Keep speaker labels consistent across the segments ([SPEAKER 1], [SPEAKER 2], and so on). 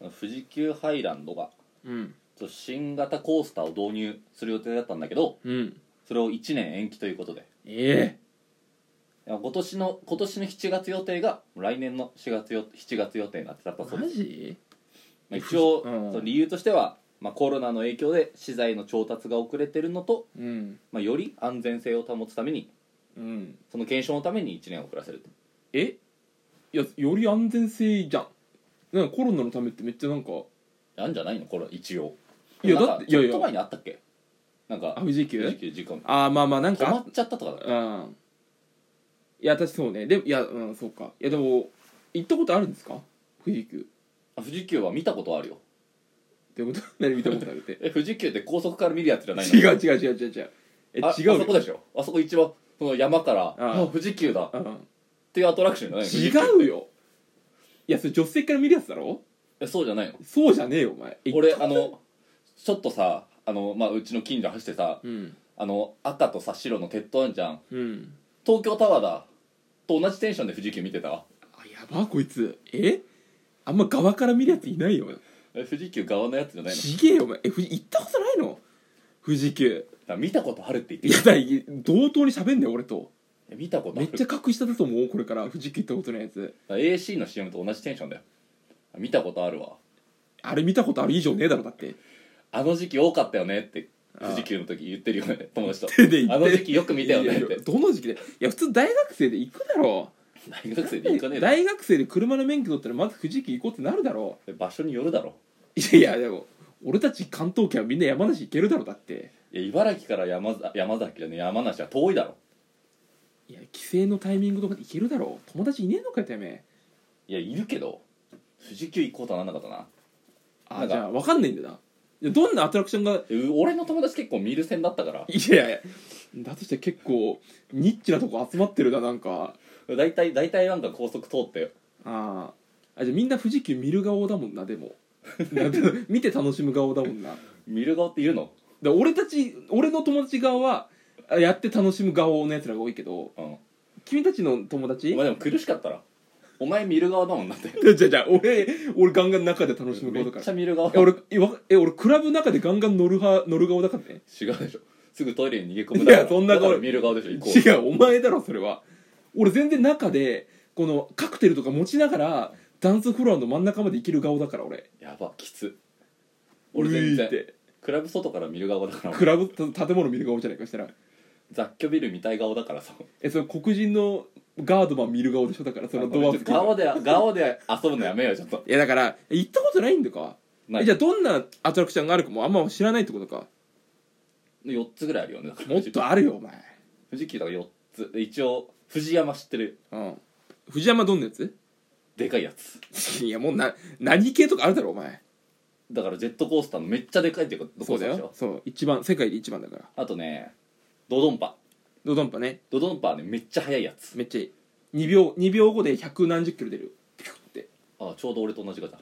[SPEAKER 1] 富士急ハイランドが
[SPEAKER 2] うん
[SPEAKER 1] ちょっと新型コースターを導入する予定だったんだけど
[SPEAKER 2] うん
[SPEAKER 1] それを1年延期ということで
[SPEAKER 2] ええ
[SPEAKER 1] いや今年の今年の7月予定が来年の4月よ7月予定になってたそう
[SPEAKER 2] マ
[SPEAKER 1] です、
[SPEAKER 2] ジ
[SPEAKER 1] まあ一応、
[SPEAKER 2] うん
[SPEAKER 1] その理由としては、まあ、コロナの影響で資材の調達が遅れてるのと、
[SPEAKER 2] うん
[SPEAKER 1] まあ、より安全性を保つために
[SPEAKER 2] うん
[SPEAKER 1] その検証のために1年遅らせると
[SPEAKER 2] えいやより安全性じゃんなんかコロナのためってめっちゃなんか
[SPEAKER 1] なんじゃないのこれ一応
[SPEAKER 2] いや
[SPEAKER 1] なんか
[SPEAKER 2] だっていやいや
[SPEAKER 1] ちょっと前にあったっけなんか
[SPEAKER 2] あ富士急
[SPEAKER 1] 富士急事故
[SPEAKER 2] ああまあまあなん
[SPEAKER 1] 止
[SPEAKER 2] か
[SPEAKER 1] まっちゃったとかだ
[SPEAKER 2] うんいや私そうねでもいやうんそうかいやでも行ったことあるんですか富士急
[SPEAKER 1] あ富士急は見たことあるよ
[SPEAKER 2] ってこと何見たことある って
[SPEAKER 1] え富士急って高速から見るやつじゃないの
[SPEAKER 2] 違う違う違う違う違うえ違
[SPEAKER 1] あ
[SPEAKER 2] うよ
[SPEAKER 1] あそこでしょあそこ一番その山から
[SPEAKER 2] あ
[SPEAKER 1] あ富士急だっ
[SPEAKER 2] うん
[SPEAKER 1] ていうアトラクションじゃないの富士急
[SPEAKER 2] 違うよいやそれ助手席から見るやつだろ
[SPEAKER 1] えそうじゃないの
[SPEAKER 2] そうじゃねえよお前え
[SPEAKER 1] 俺あのちょっとさあの、まあ、うちの近所走ってさ
[SPEAKER 2] うん
[SPEAKER 1] あの赤とさ白の鉄塔あんじゃん
[SPEAKER 2] うん
[SPEAKER 1] 東京タワーだと同じテンションで富士急見てたわ
[SPEAKER 2] あやばこいつえあんま側から見るやついないよ
[SPEAKER 1] え富士急側のやつじゃないのだか
[SPEAKER 2] ちげえよお前え富士行ったことないの富士急
[SPEAKER 1] ら見たことあるって言って
[SPEAKER 2] いやだい同等に喋んだよ俺と
[SPEAKER 1] え見たことあ
[SPEAKER 2] め
[SPEAKER 1] る
[SPEAKER 2] っちゃ格下だと思うこれから富士急行ったことないやつ
[SPEAKER 1] だから AC の CM と同じテンションだよあ見たことあるわ
[SPEAKER 2] あれ見たことある以上ねえだろだ って
[SPEAKER 1] あの時期多かったよねって
[SPEAKER 2] ああ
[SPEAKER 1] 富士急の時言ってるよね友達と
[SPEAKER 2] 手で言って
[SPEAKER 1] あの時期よく見たよねっ
[SPEAKER 2] いやい
[SPEAKER 1] て
[SPEAKER 2] やどの時期でいや普通大学生で行くだろ
[SPEAKER 1] 大学生で行かねえだろ
[SPEAKER 2] 大学生で車の免許取ったらまず富士急行こうってなるだろ
[SPEAKER 1] 場所によるだろ
[SPEAKER 2] いやいやでも俺たち関東圏はみんな山梨行けるだろだって
[SPEAKER 1] いや茨城から山ざ山崎じゃねえ山梨は遠いだろ
[SPEAKER 2] いや帰省のタイミングとかで行けるだろ友達いねえのかよてめえ
[SPEAKER 1] いやいるけど富士急行こうとはなんなかったなな
[SPEAKER 2] あ
[SPEAKER 1] んか
[SPEAKER 2] じゃあ分かんないんだないやどんなアトラクションが
[SPEAKER 1] えう俺の友達結構見る線だったから
[SPEAKER 2] いやいやいやだとして結構ニッチなとこ集まってるななんか
[SPEAKER 1] 大体大体なんか高速通って
[SPEAKER 2] あーあじゃあみんな富士急見る顔だもんな でもなんて見て楽しむ顔だもんな
[SPEAKER 1] 見る顔っているの
[SPEAKER 2] で俺たち俺の友達側はあやって楽しむ顔のやつらが多いけど
[SPEAKER 1] うん
[SPEAKER 2] 君たちの友達
[SPEAKER 1] まあでも苦しかったらお前見る側だもんなって
[SPEAKER 2] じゃあじゃあ俺俺ガンガン中で楽しむ
[SPEAKER 1] め
[SPEAKER 2] 顔だ
[SPEAKER 1] っ
[SPEAKER 2] か
[SPEAKER 1] ちゃ
[SPEAKER 2] ら
[SPEAKER 1] 見る側
[SPEAKER 2] え俺えわえ俺クラブの中でガンガン乗る派乗る顔だからね
[SPEAKER 1] 違うでしょすぐトイレに逃げ込む
[SPEAKER 2] いやそんな
[SPEAKER 1] だから
[SPEAKER 2] 顔
[SPEAKER 1] 見る顔でしょ行こう
[SPEAKER 2] 違うお前だろそれは俺全然中でこのカクテルとか持ちながらダンスフロアの真ん中まで行ける顔だから俺
[SPEAKER 1] やばきつ俺全
[SPEAKER 2] ういっ
[SPEAKER 1] 然
[SPEAKER 2] て
[SPEAKER 1] クラブ外から見る側だから
[SPEAKER 2] クラブた建物見る顔じゃないかしたら
[SPEAKER 1] 雑居ビル見たい顔だからさ
[SPEAKER 2] えその黒人のガードマン見る顔でしょだからそのドア付近
[SPEAKER 1] 顔で顔で遊ぶのやめようよちょっと
[SPEAKER 2] いやだから行ったことないんだか
[SPEAKER 1] ない
[SPEAKER 2] えじゃあどんなアトラクションがあるか もあんま知らないってことか
[SPEAKER 1] 4つぐらいあるよねだから
[SPEAKER 2] もっとあるよお前
[SPEAKER 1] 富士急だから4つで一応藤山知ってる
[SPEAKER 2] うん藤山どんなやつ
[SPEAKER 1] でかいやつ
[SPEAKER 2] いやもうな何系とかあるだろお前
[SPEAKER 1] だからジェットコースターのめっちゃでかいってこと
[SPEAKER 2] そうだ
[SPEAKER 1] コースター
[SPEAKER 2] よ
[SPEAKER 1] でし
[SPEAKER 2] そう一番世界で一番だから
[SPEAKER 1] ょあとねドドンパ
[SPEAKER 2] ドドンパね
[SPEAKER 1] ドドンパはねめっちゃ速いやつ
[SPEAKER 2] めっちゃいい2秒2秒後で百何十キロ出るピュッて
[SPEAKER 1] あちょうど俺と同じ方
[SPEAKER 2] ちょ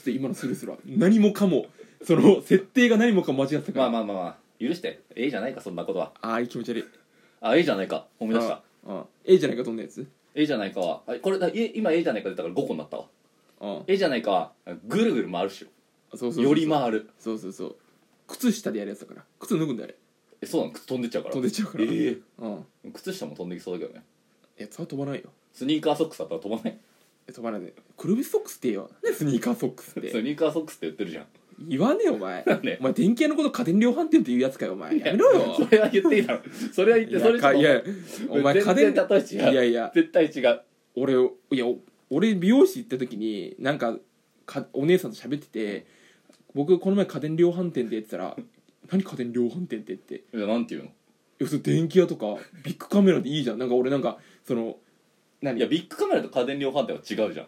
[SPEAKER 2] っと今のスルーするわ何もかもその設定が何もかも間違ってたか
[SPEAKER 1] ま
[SPEAKER 2] ら
[SPEAKER 1] あまあまあまあ許してええじゃないかそんなことは
[SPEAKER 2] ああー気持ち悪い
[SPEAKER 1] あええじゃないか思い出した
[SPEAKER 2] うんうんええじゃないかどんなやつ
[SPEAKER 1] ええじゃないかはあこれだい今ええじゃないか出たから5個になったわ
[SPEAKER 2] うん
[SPEAKER 1] ええじゃないかはぐるぐる回るっしょ
[SPEAKER 2] そうそうそう
[SPEAKER 1] より回る
[SPEAKER 2] そうそうそう靴下でやるやつだから靴脱ぐんだよあれ
[SPEAKER 1] えそうなの飛んでっちゃうから
[SPEAKER 2] 飛んでっちゃうから
[SPEAKER 1] ええ
[SPEAKER 2] うん
[SPEAKER 1] 靴下も飛んできそうだけどね
[SPEAKER 2] いやそれは飛ばないよ
[SPEAKER 1] スニーカーソックスだったら飛ばない
[SPEAKER 2] え飛ばないでクルビソックスって言えよなんでスニーカーソックスっ
[SPEAKER 1] ス
[SPEAKER 2] て
[SPEAKER 1] ニーカーソックスって言ってるじゃん
[SPEAKER 2] 言わねえよお前
[SPEAKER 1] なんで
[SPEAKER 2] お前電気屋のこと家電量販店って言うやつかよお前やめろよ
[SPEAKER 1] それは言っていいだろそれは言ってそれ
[SPEAKER 2] いやかいやお前家
[SPEAKER 1] 全
[SPEAKER 2] 電
[SPEAKER 1] 然例え違う
[SPEAKER 2] いやいや
[SPEAKER 1] 絶対違う
[SPEAKER 2] 俺いやお俺美容室行った時になんかかお姉さんと喋ってて僕この前家電量販店で って言ったら「何家電量販店って」って
[SPEAKER 1] いやなんていうの
[SPEAKER 2] 要するに電気屋とかビッグカメラでいいじゃんなんか俺なんかその何
[SPEAKER 1] いやビッグカメラと家電量販店は違うじゃん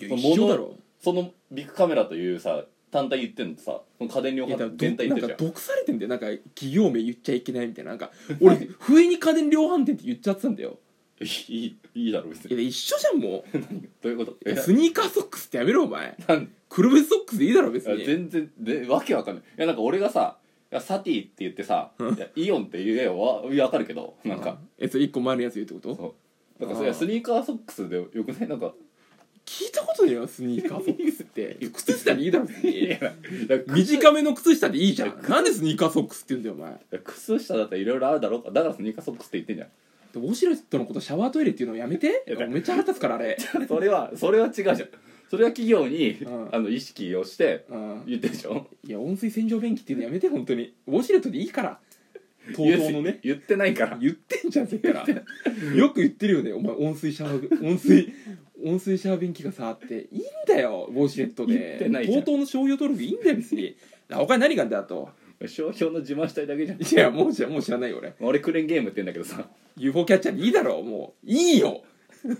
[SPEAKER 2] いや
[SPEAKER 1] その
[SPEAKER 2] 一緒だろ
[SPEAKER 1] そのビッグカメラというさ単体言ってんのとさその家電量
[SPEAKER 2] いや
[SPEAKER 1] 販
[SPEAKER 2] だ
[SPEAKER 1] 店全体
[SPEAKER 2] ど
[SPEAKER 1] 言っ
[SPEAKER 2] な
[SPEAKER 1] てる
[SPEAKER 2] ん
[SPEAKER 1] じ
[SPEAKER 2] か
[SPEAKER 1] ゃん
[SPEAKER 2] 毒されてんだよなんか企業名言っちゃいけないみたいななんか俺不意に家電量販店って言っちゃってたんだよ
[SPEAKER 1] いいいいだろ別
[SPEAKER 2] い
[SPEAKER 1] に
[SPEAKER 2] や一緒じゃんもう
[SPEAKER 1] どういうこと
[SPEAKER 2] いや
[SPEAKER 1] いや
[SPEAKER 2] スニーカーソックスってやめろお前
[SPEAKER 1] なん
[SPEAKER 2] クルベソックスでいいだろ別
[SPEAKER 1] いや
[SPEAKER 2] に
[SPEAKER 1] 全然でわけわかんないいやなんか俺がさいやサティって言ってさ
[SPEAKER 2] うん
[SPEAKER 1] いやイオンって言えよわいやわかるけどなんか
[SPEAKER 2] えそれ一個前のやつ言うってこと
[SPEAKER 1] そうだからそれはスニーカーソックスでよくないなんか
[SPEAKER 2] 聞いたことねのよスニーカーソックスって靴下でいいだろ別に
[SPEAKER 1] だから
[SPEAKER 2] 短めの靴下でいいじゃんなんでスニーカーソックスって言うんだよ
[SPEAKER 1] 靴下だったらいろいろあるだろうからだからスニーカーソックスって言ってんじゃん
[SPEAKER 2] お前でウォシュレットのことシャワートイレっていうのやめて
[SPEAKER 1] いやだ
[SPEAKER 2] めっちゃ腹立つからあ れ
[SPEAKER 1] それはそれは違うじゃんそれは企業に、
[SPEAKER 2] うん
[SPEAKER 1] あの意識をして
[SPEAKER 2] うん
[SPEAKER 1] 言ってるでしょ
[SPEAKER 2] いや温水洗浄便器っていうのやめて本当にウォシュレットでいいから東東のね
[SPEAKER 1] 言ってないから
[SPEAKER 2] 言ってんじゃんせっからよく言ってるよねお前温水シャワー 温水温水シャワー便器がさあっていいんだよウォシュレット
[SPEAKER 1] 言って
[SPEAKER 2] で
[SPEAKER 1] ないじゃん
[SPEAKER 2] TOTO の商用登録いいんだよ別に他に何があんだよあと
[SPEAKER 1] 商標の自慢したいだけじゃん
[SPEAKER 2] いやもうじゃもう知らないよ俺
[SPEAKER 1] 俺クレーンゲームって言うんだけどさ
[SPEAKER 2] UFO キャッチャーでいいだろうもういいよ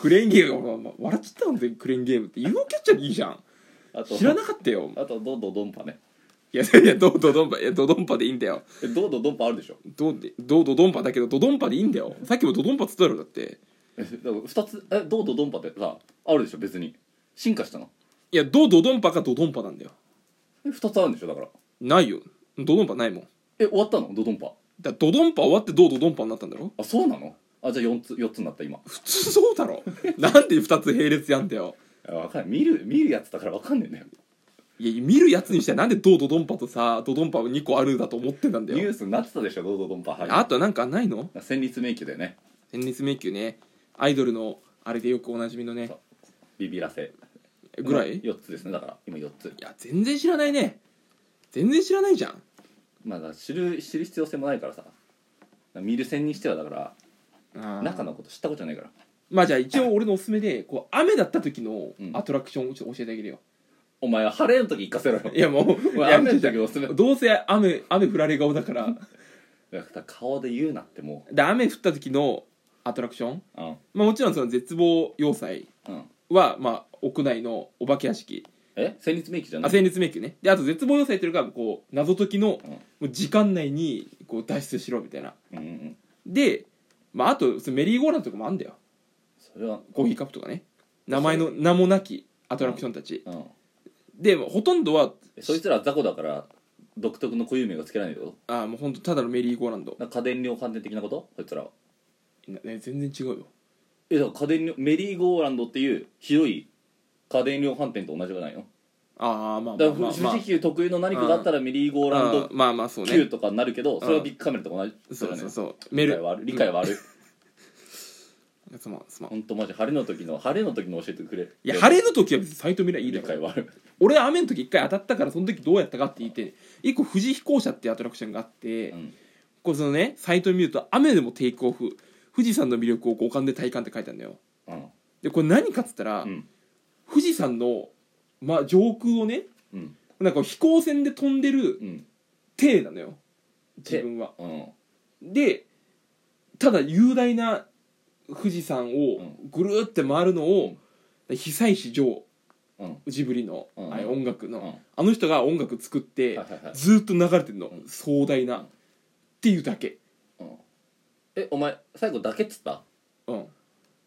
[SPEAKER 2] クレーンゲーム、まあまあ笑っちゃったもん全クレーンゲームって UFO キャッチャーでいいじゃん
[SPEAKER 1] あと
[SPEAKER 2] 知らなかったよ
[SPEAKER 1] あとドドドンパね
[SPEAKER 2] いやいやドドドンパいやドドンパでいいんだよ
[SPEAKER 1] えドドドンパあるでしょ
[SPEAKER 2] ドでドドドンパだけどドドンパでいいんだよさっきもドドンパっつっただろだって
[SPEAKER 1] えだから二つえドドドンパってさあるでしょ別に進化したの
[SPEAKER 2] いやドドドンパかドドンパなんだよ
[SPEAKER 1] え二つあるんでしょだから
[SPEAKER 2] ないよドドンパないもん
[SPEAKER 1] え終わったのドドンパ
[SPEAKER 2] だドドンパ終わってドドドンパになったんだろ
[SPEAKER 1] あそうなのあじゃあ四つ四つになった今
[SPEAKER 2] 普通そうだろなんで2つ並列やんだよ
[SPEAKER 1] あわかんない見る見るやつだからわかんねえんだよ
[SPEAKER 2] いや見るやつにしてはなんでドドドンパとさドドンパを2個あるだと思ってたんだ
[SPEAKER 1] ニュ
[SPEAKER 2] よ
[SPEAKER 1] ースになってたでしょドドドンパ
[SPEAKER 2] あとなんかないの
[SPEAKER 1] 戦慄迷宮だよね
[SPEAKER 2] 戦慄迷宮ねアイドルのあれでよくおなじみのね
[SPEAKER 1] そビビらせ
[SPEAKER 2] ぐらいい
[SPEAKER 1] 4つですねだから今4つ
[SPEAKER 2] や全然知らないね全然知らないじゃん
[SPEAKER 1] まあだから知る知る必要性もないからさ見る線にしてはだから
[SPEAKER 2] あー
[SPEAKER 1] 中のこと知ったことじゃないから
[SPEAKER 2] まあじゃあ一応俺のおすすめでこう雨だった時の
[SPEAKER 1] うん
[SPEAKER 2] アトラクションをちょっと教えてあげるよ、
[SPEAKER 1] お前は晴れの時行かせろよ
[SPEAKER 2] いやも
[SPEAKER 1] お
[SPEAKER 2] うい
[SPEAKER 1] 前
[SPEAKER 2] や
[SPEAKER 1] 雨の時おすすめ
[SPEAKER 2] どうせ雨雨降られ顔だから
[SPEAKER 1] だから顔で言うなっても
[SPEAKER 2] で雨降った時のアトラクション、
[SPEAKER 1] ううん
[SPEAKER 2] まあ、もちろんその絶望要塞
[SPEAKER 1] うん
[SPEAKER 2] は、まあ、屋内のお化け屋敷
[SPEAKER 1] え戦慄迷宮じゃな
[SPEAKER 2] あ
[SPEAKER 1] い
[SPEAKER 2] 戦慄迷宮ねであと絶望要塞というのがこう謎解きの
[SPEAKER 1] うん
[SPEAKER 2] もう時間内にこう脱出しろみたいな
[SPEAKER 1] うんうん
[SPEAKER 2] で、まあ、あとそのメリーゴーランドとかもあんだよ
[SPEAKER 1] それは
[SPEAKER 2] コーヒーカップとかね名前の名もなきアトラクションたち、
[SPEAKER 1] うん
[SPEAKER 2] でほとんどは
[SPEAKER 1] えそいつらは雑魚だから独特の固有名がつけられないってこ
[SPEAKER 2] あーもうほんとただのメリーゴーランド
[SPEAKER 1] となんか家電量販店的なことそいつらは
[SPEAKER 2] なね全然違うよ
[SPEAKER 1] えだから家電量メリーゴーランドっていう広い家電量販店と同じじゃないの
[SPEAKER 2] ああまあま
[SPEAKER 1] だ
[SPEAKER 2] あ
[SPEAKER 1] から
[SPEAKER 2] まあ
[SPEAKER 1] 富士
[SPEAKER 2] まあ
[SPEAKER 1] 急特有の何かだったらメリーゴーラン
[SPEAKER 2] あ
[SPEAKER 1] ド
[SPEAKER 2] ーまあまあそうね
[SPEAKER 1] Q とかになるけどそれはビッグカメラと同じ
[SPEAKER 2] そうそう
[SPEAKER 1] う
[SPEAKER 2] そうメ
[SPEAKER 1] 理
[SPEAKER 2] ル
[SPEAKER 1] 解はある理解はある
[SPEAKER 2] すまんすまん
[SPEAKER 1] 本当マジ晴れの時の晴れの時の教えてくれい
[SPEAKER 2] いや晴れの時は別にサイト見りゃいいだ
[SPEAKER 1] 理
[SPEAKER 2] ろ
[SPEAKER 1] 解はある
[SPEAKER 2] 俺雨の時一回当たったからその時どうやったかって言って一個富士飛行車っていうアトラクションがあって、
[SPEAKER 1] うん
[SPEAKER 2] これそのねサイト見ると「雨でもテイクオフ富士山の魅力を五感で体感」って書いてあるんだよ
[SPEAKER 1] うん
[SPEAKER 2] でこれ何かっつったら、
[SPEAKER 1] うん
[SPEAKER 2] 富士山の、まあ、上空をね
[SPEAKER 1] うん
[SPEAKER 2] なんかこう飛行船で飛んでる
[SPEAKER 1] うん
[SPEAKER 2] 体なのよ
[SPEAKER 1] 手
[SPEAKER 2] 自分は
[SPEAKER 1] うん
[SPEAKER 2] でただ雄大な富士山
[SPEAKER 1] う
[SPEAKER 2] をぐるーって回るのを、久石譲
[SPEAKER 1] うん
[SPEAKER 2] ジブリの、
[SPEAKER 1] うん
[SPEAKER 2] あれ音楽
[SPEAKER 1] う
[SPEAKER 2] の、
[SPEAKER 1] ん
[SPEAKER 2] あの人が音楽作って、
[SPEAKER 1] はいはいはい
[SPEAKER 2] ずーっと流れてるの、
[SPEAKER 1] うん
[SPEAKER 2] 壮大な、
[SPEAKER 1] うん
[SPEAKER 2] っていうだけ
[SPEAKER 1] うんえお前最後だけっつった
[SPEAKER 2] うん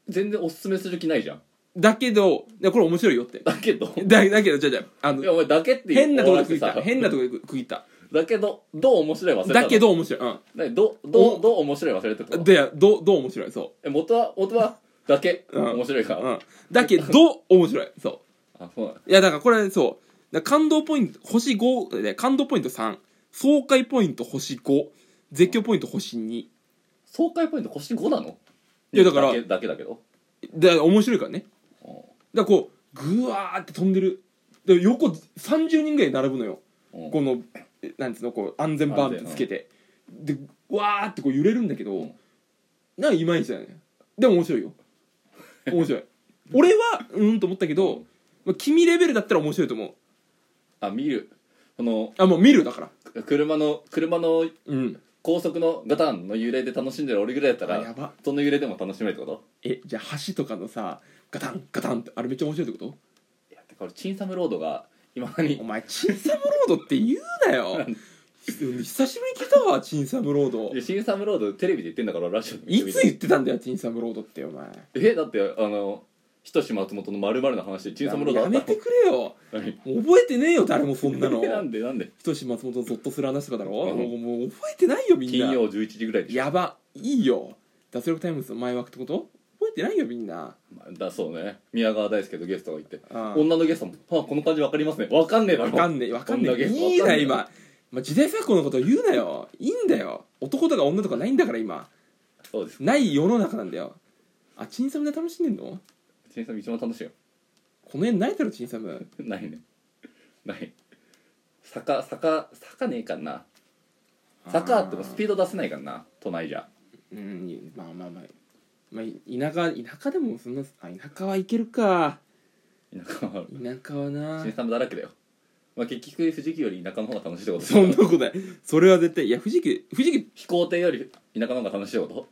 [SPEAKER 1] 全然おすすめする気ないじゃん
[SPEAKER 2] だけどいやこれ面白いよって
[SPEAKER 1] だけ ど
[SPEAKER 2] だだけどじゃあじゃああ
[SPEAKER 1] い
[SPEAKER 2] の
[SPEAKER 1] やお前だけって
[SPEAKER 2] 変なところで区
[SPEAKER 1] 終
[SPEAKER 2] 切
[SPEAKER 1] わ
[SPEAKER 2] っ
[SPEAKER 1] らせた
[SPEAKER 2] た変なところで区切った
[SPEAKER 1] だけどどう面白い忘れたの
[SPEAKER 2] だけど面白いうん
[SPEAKER 1] ねどど
[SPEAKER 2] お
[SPEAKER 1] うどう面白い忘れたってこと
[SPEAKER 2] でどうどう面白いそ
[SPEAKER 1] え元は元はだけ
[SPEAKER 2] うん
[SPEAKER 1] 面白いか
[SPEAKER 2] う、うん、だけど面白いそ
[SPEAKER 1] あそうなんだ
[SPEAKER 2] ういやだからこれそうだから感動ポイント星5で感動ポイント3爽快ポイント星5絶叫ポイント星2
[SPEAKER 1] 爽快ポイント星5なの
[SPEAKER 2] いやだか
[SPEAKER 1] だ
[SPEAKER 2] ら
[SPEAKER 1] けだけだけど
[SPEAKER 2] で面白いからね
[SPEAKER 1] う
[SPEAKER 2] だからこうぐわーって飛んでるで横30人ぐらい並ぶのよ
[SPEAKER 1] ん
[SPEAKER 2] このえなんつうのこう安全バーンってつけてでわーってこう揺れるんだけど、
[SPEAKER 1] うん
[SPEAKER 2] なんかいまいちだよねでも面白いよ面 白い俺はうーんと思ったけど、まあ、君レベルだったら面白いと思う
[SPEAKER 1] あ見るこの
[SPEAKER 2] あもう見るだから
[SPEAKER 1] く車の車の
[SPEAKER 2] うん
[SPEAKER 1] 高速のガタンの揺れで楽しんでる俺ぐらいだった
[SPEAKER 2] あや
[SPEAKER 1] ら
[SPEAKER 2] ば
[SPEAKER 1] その揺れでも楽しめるってこと
[SPEAKER 2] えじゃあ橋とかのさガタンガタンってあれめっちゃ面白いってこと
[SPEAKER 1] いやだからチンサムロードが今
[SPEAKER 2] お
[SPEAKER 1] 何
[SPEAKER 2] 前チンサムロードって言うなよ久しぶりに聞いたわチンサムロード
[SPEAKER 1] いやチンサムロードテレビで言ってんだからラジオで見
[SPEAKER 2] い
[SPEAKER 1] てみ
[SPEAKER 2] つ言ってたんだよ、ティンサムロードって、お前。
[SPEAKER 1] えだってあの仁志松本のまるの話でチンサムロードあ
[SPEAKER 2] や
[SPEAKER 1] っ
[SPEAKER 2] め
[SPEAKER 1] た
[SPEAKER 2] てくれよ。
[SPEAKER 1] 何
[SPEAKER 2] もう覚えてねえよ、誰もそん なの。
[SPEAKER 1] えなんでなんで
[SPEAKER 2] ひとし松本のゾッとする話とかだろ、
[SPEAKER 1] うん
[SPEAKER 2] もうもう覚えてないよ、みんな。
[SPEAKER 1] 金曜11時ぐらいでしょ
[SPEAKER 2] やば、いいよ。脱力タイムズの前枠ってこと覚れてないよみんな
[SPEAKER 1] まあだそうね宮川大輔とゲストがいて
[SPEAKER 2] あ
[SPEAKER 1] 女のゲストも「あこの感じ分かりますね分かんねえだろ
[SPEAKER 2] わかんねえわかんね
[SPEAKER 1] 女ゲ
[SPEAKER 2] え
[SPEAKER 1] スト
[SPEAKER 2] いい
[SPEAKER 1] わか
[SPEAKER 2] なん
[SPEAKER 1] ねえ
[SPEAKER 2] 今、まあ、時代錯誤のこと言うなよいいんだよ男とか女とかないんだから今
[SPEAKER 1] そうです
[SPEAKER 2] ない世の中なんだよあチンサムで楽しんでんの
[SPEAKER 1] チンサム一番楽しいよ
[SPEAKER 2] この辺ないだろチンサム
[SPEAKER 1] ないねない坂坂坂ねえかんな坂あってもスピード出せないからな都内じゃ
[SPEAKER 2] うんまあまあまあまあ田舎田舎でもそんなあ田舎はいけるか
[SPEAKER 1] 田舎は
[SPEAKER 2] 田舎はな
[SPEAKER 1] 新さんだらけだよ、まあ、結局富士急より田舎の方が楽しいってこと
[SPEAKER 2] そんなことないそれは絶対いや富士急富士急
[SPEAKER 1] 飛行艇より田舎の方が楽しいってこ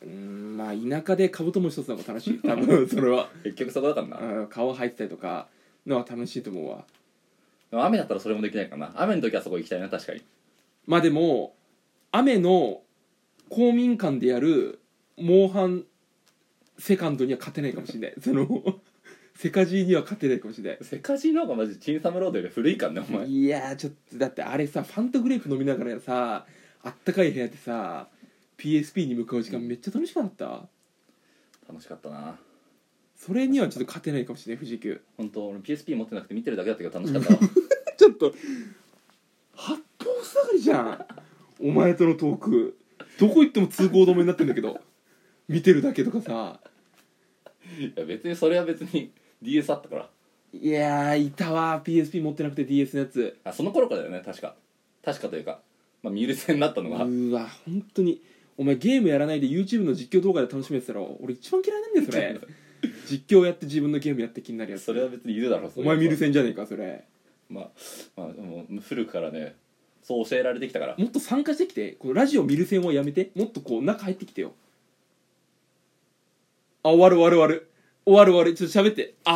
[SPEAKER 2] うーんまあ田舎でカブトムシ一つの方が楽しい 多分それは
[SPEAKER 1] と結局そこだからな、
[SPEAKER 2] うん顔入ってたりとかのは楽しいと思うわ
[SPEAKER 1] でも雨だったらそれもできないからな雨の時はそこ行きたいな確かに
[SPEAKER 2] まあでも雨の公民館でやるモンハンセカンドには勝てないかもしれないその セカジーには勝てないかもしれない
[SPEAKER 1] 世界中の方がマジチンサムロードより古いからねお前
[SPEAKER 2] いやーちょっとだってあれさファンタグレープ飲みながらさあったかい部屋でさ PSP に向かう時間めっちゃ楽しくなかった、
[SPEAKER 1] 楽しかったな
[SPEAKER 2] それにはちょっと勝てないかもしれない富士急
[SPEAKER 1] 本当俺 PSP 持ってなくて見てるだけだったけど楽しかったわ
[SPEAKER 2] ちょっと八方塞がりじゃんお前とのトークどこ行っても通行止めになってんだけど見てるだけとかさ
[SPEAKER 1] いや別にそれは別に DS あったから
[SPEAKER 2] いやーいたわ PSP 持ってなくて DS のやつ
[SPEAKER 1] あその頃からだよね確か確かというか、まあ、ミルセになった
[SPEAKER 2] う
[SPEAKER 1] のが
[SPEAKER 2] ーわ本当にお前ゲームやらないで YouTube の実況動画で楽しめてたら俺一番嫌いなんだよそれ実況やって自分のゲームやって気になるやつ
[SPEAKER 1] それは別にいるだろう
[SPEAKER 2] お前ミル
[SPEAKER 1] セ
[SPEAKER 2] センじゃねえかそれ
[SPEAKER 1] まあまあもう古くからねそう教えられてきたから
[SPEAKER 2] もっと参加してきてこのラジオ見る線はやめてもっとこう中入ってきてよあ終わる終わる終わる終わる終わるちょっと喋ってあ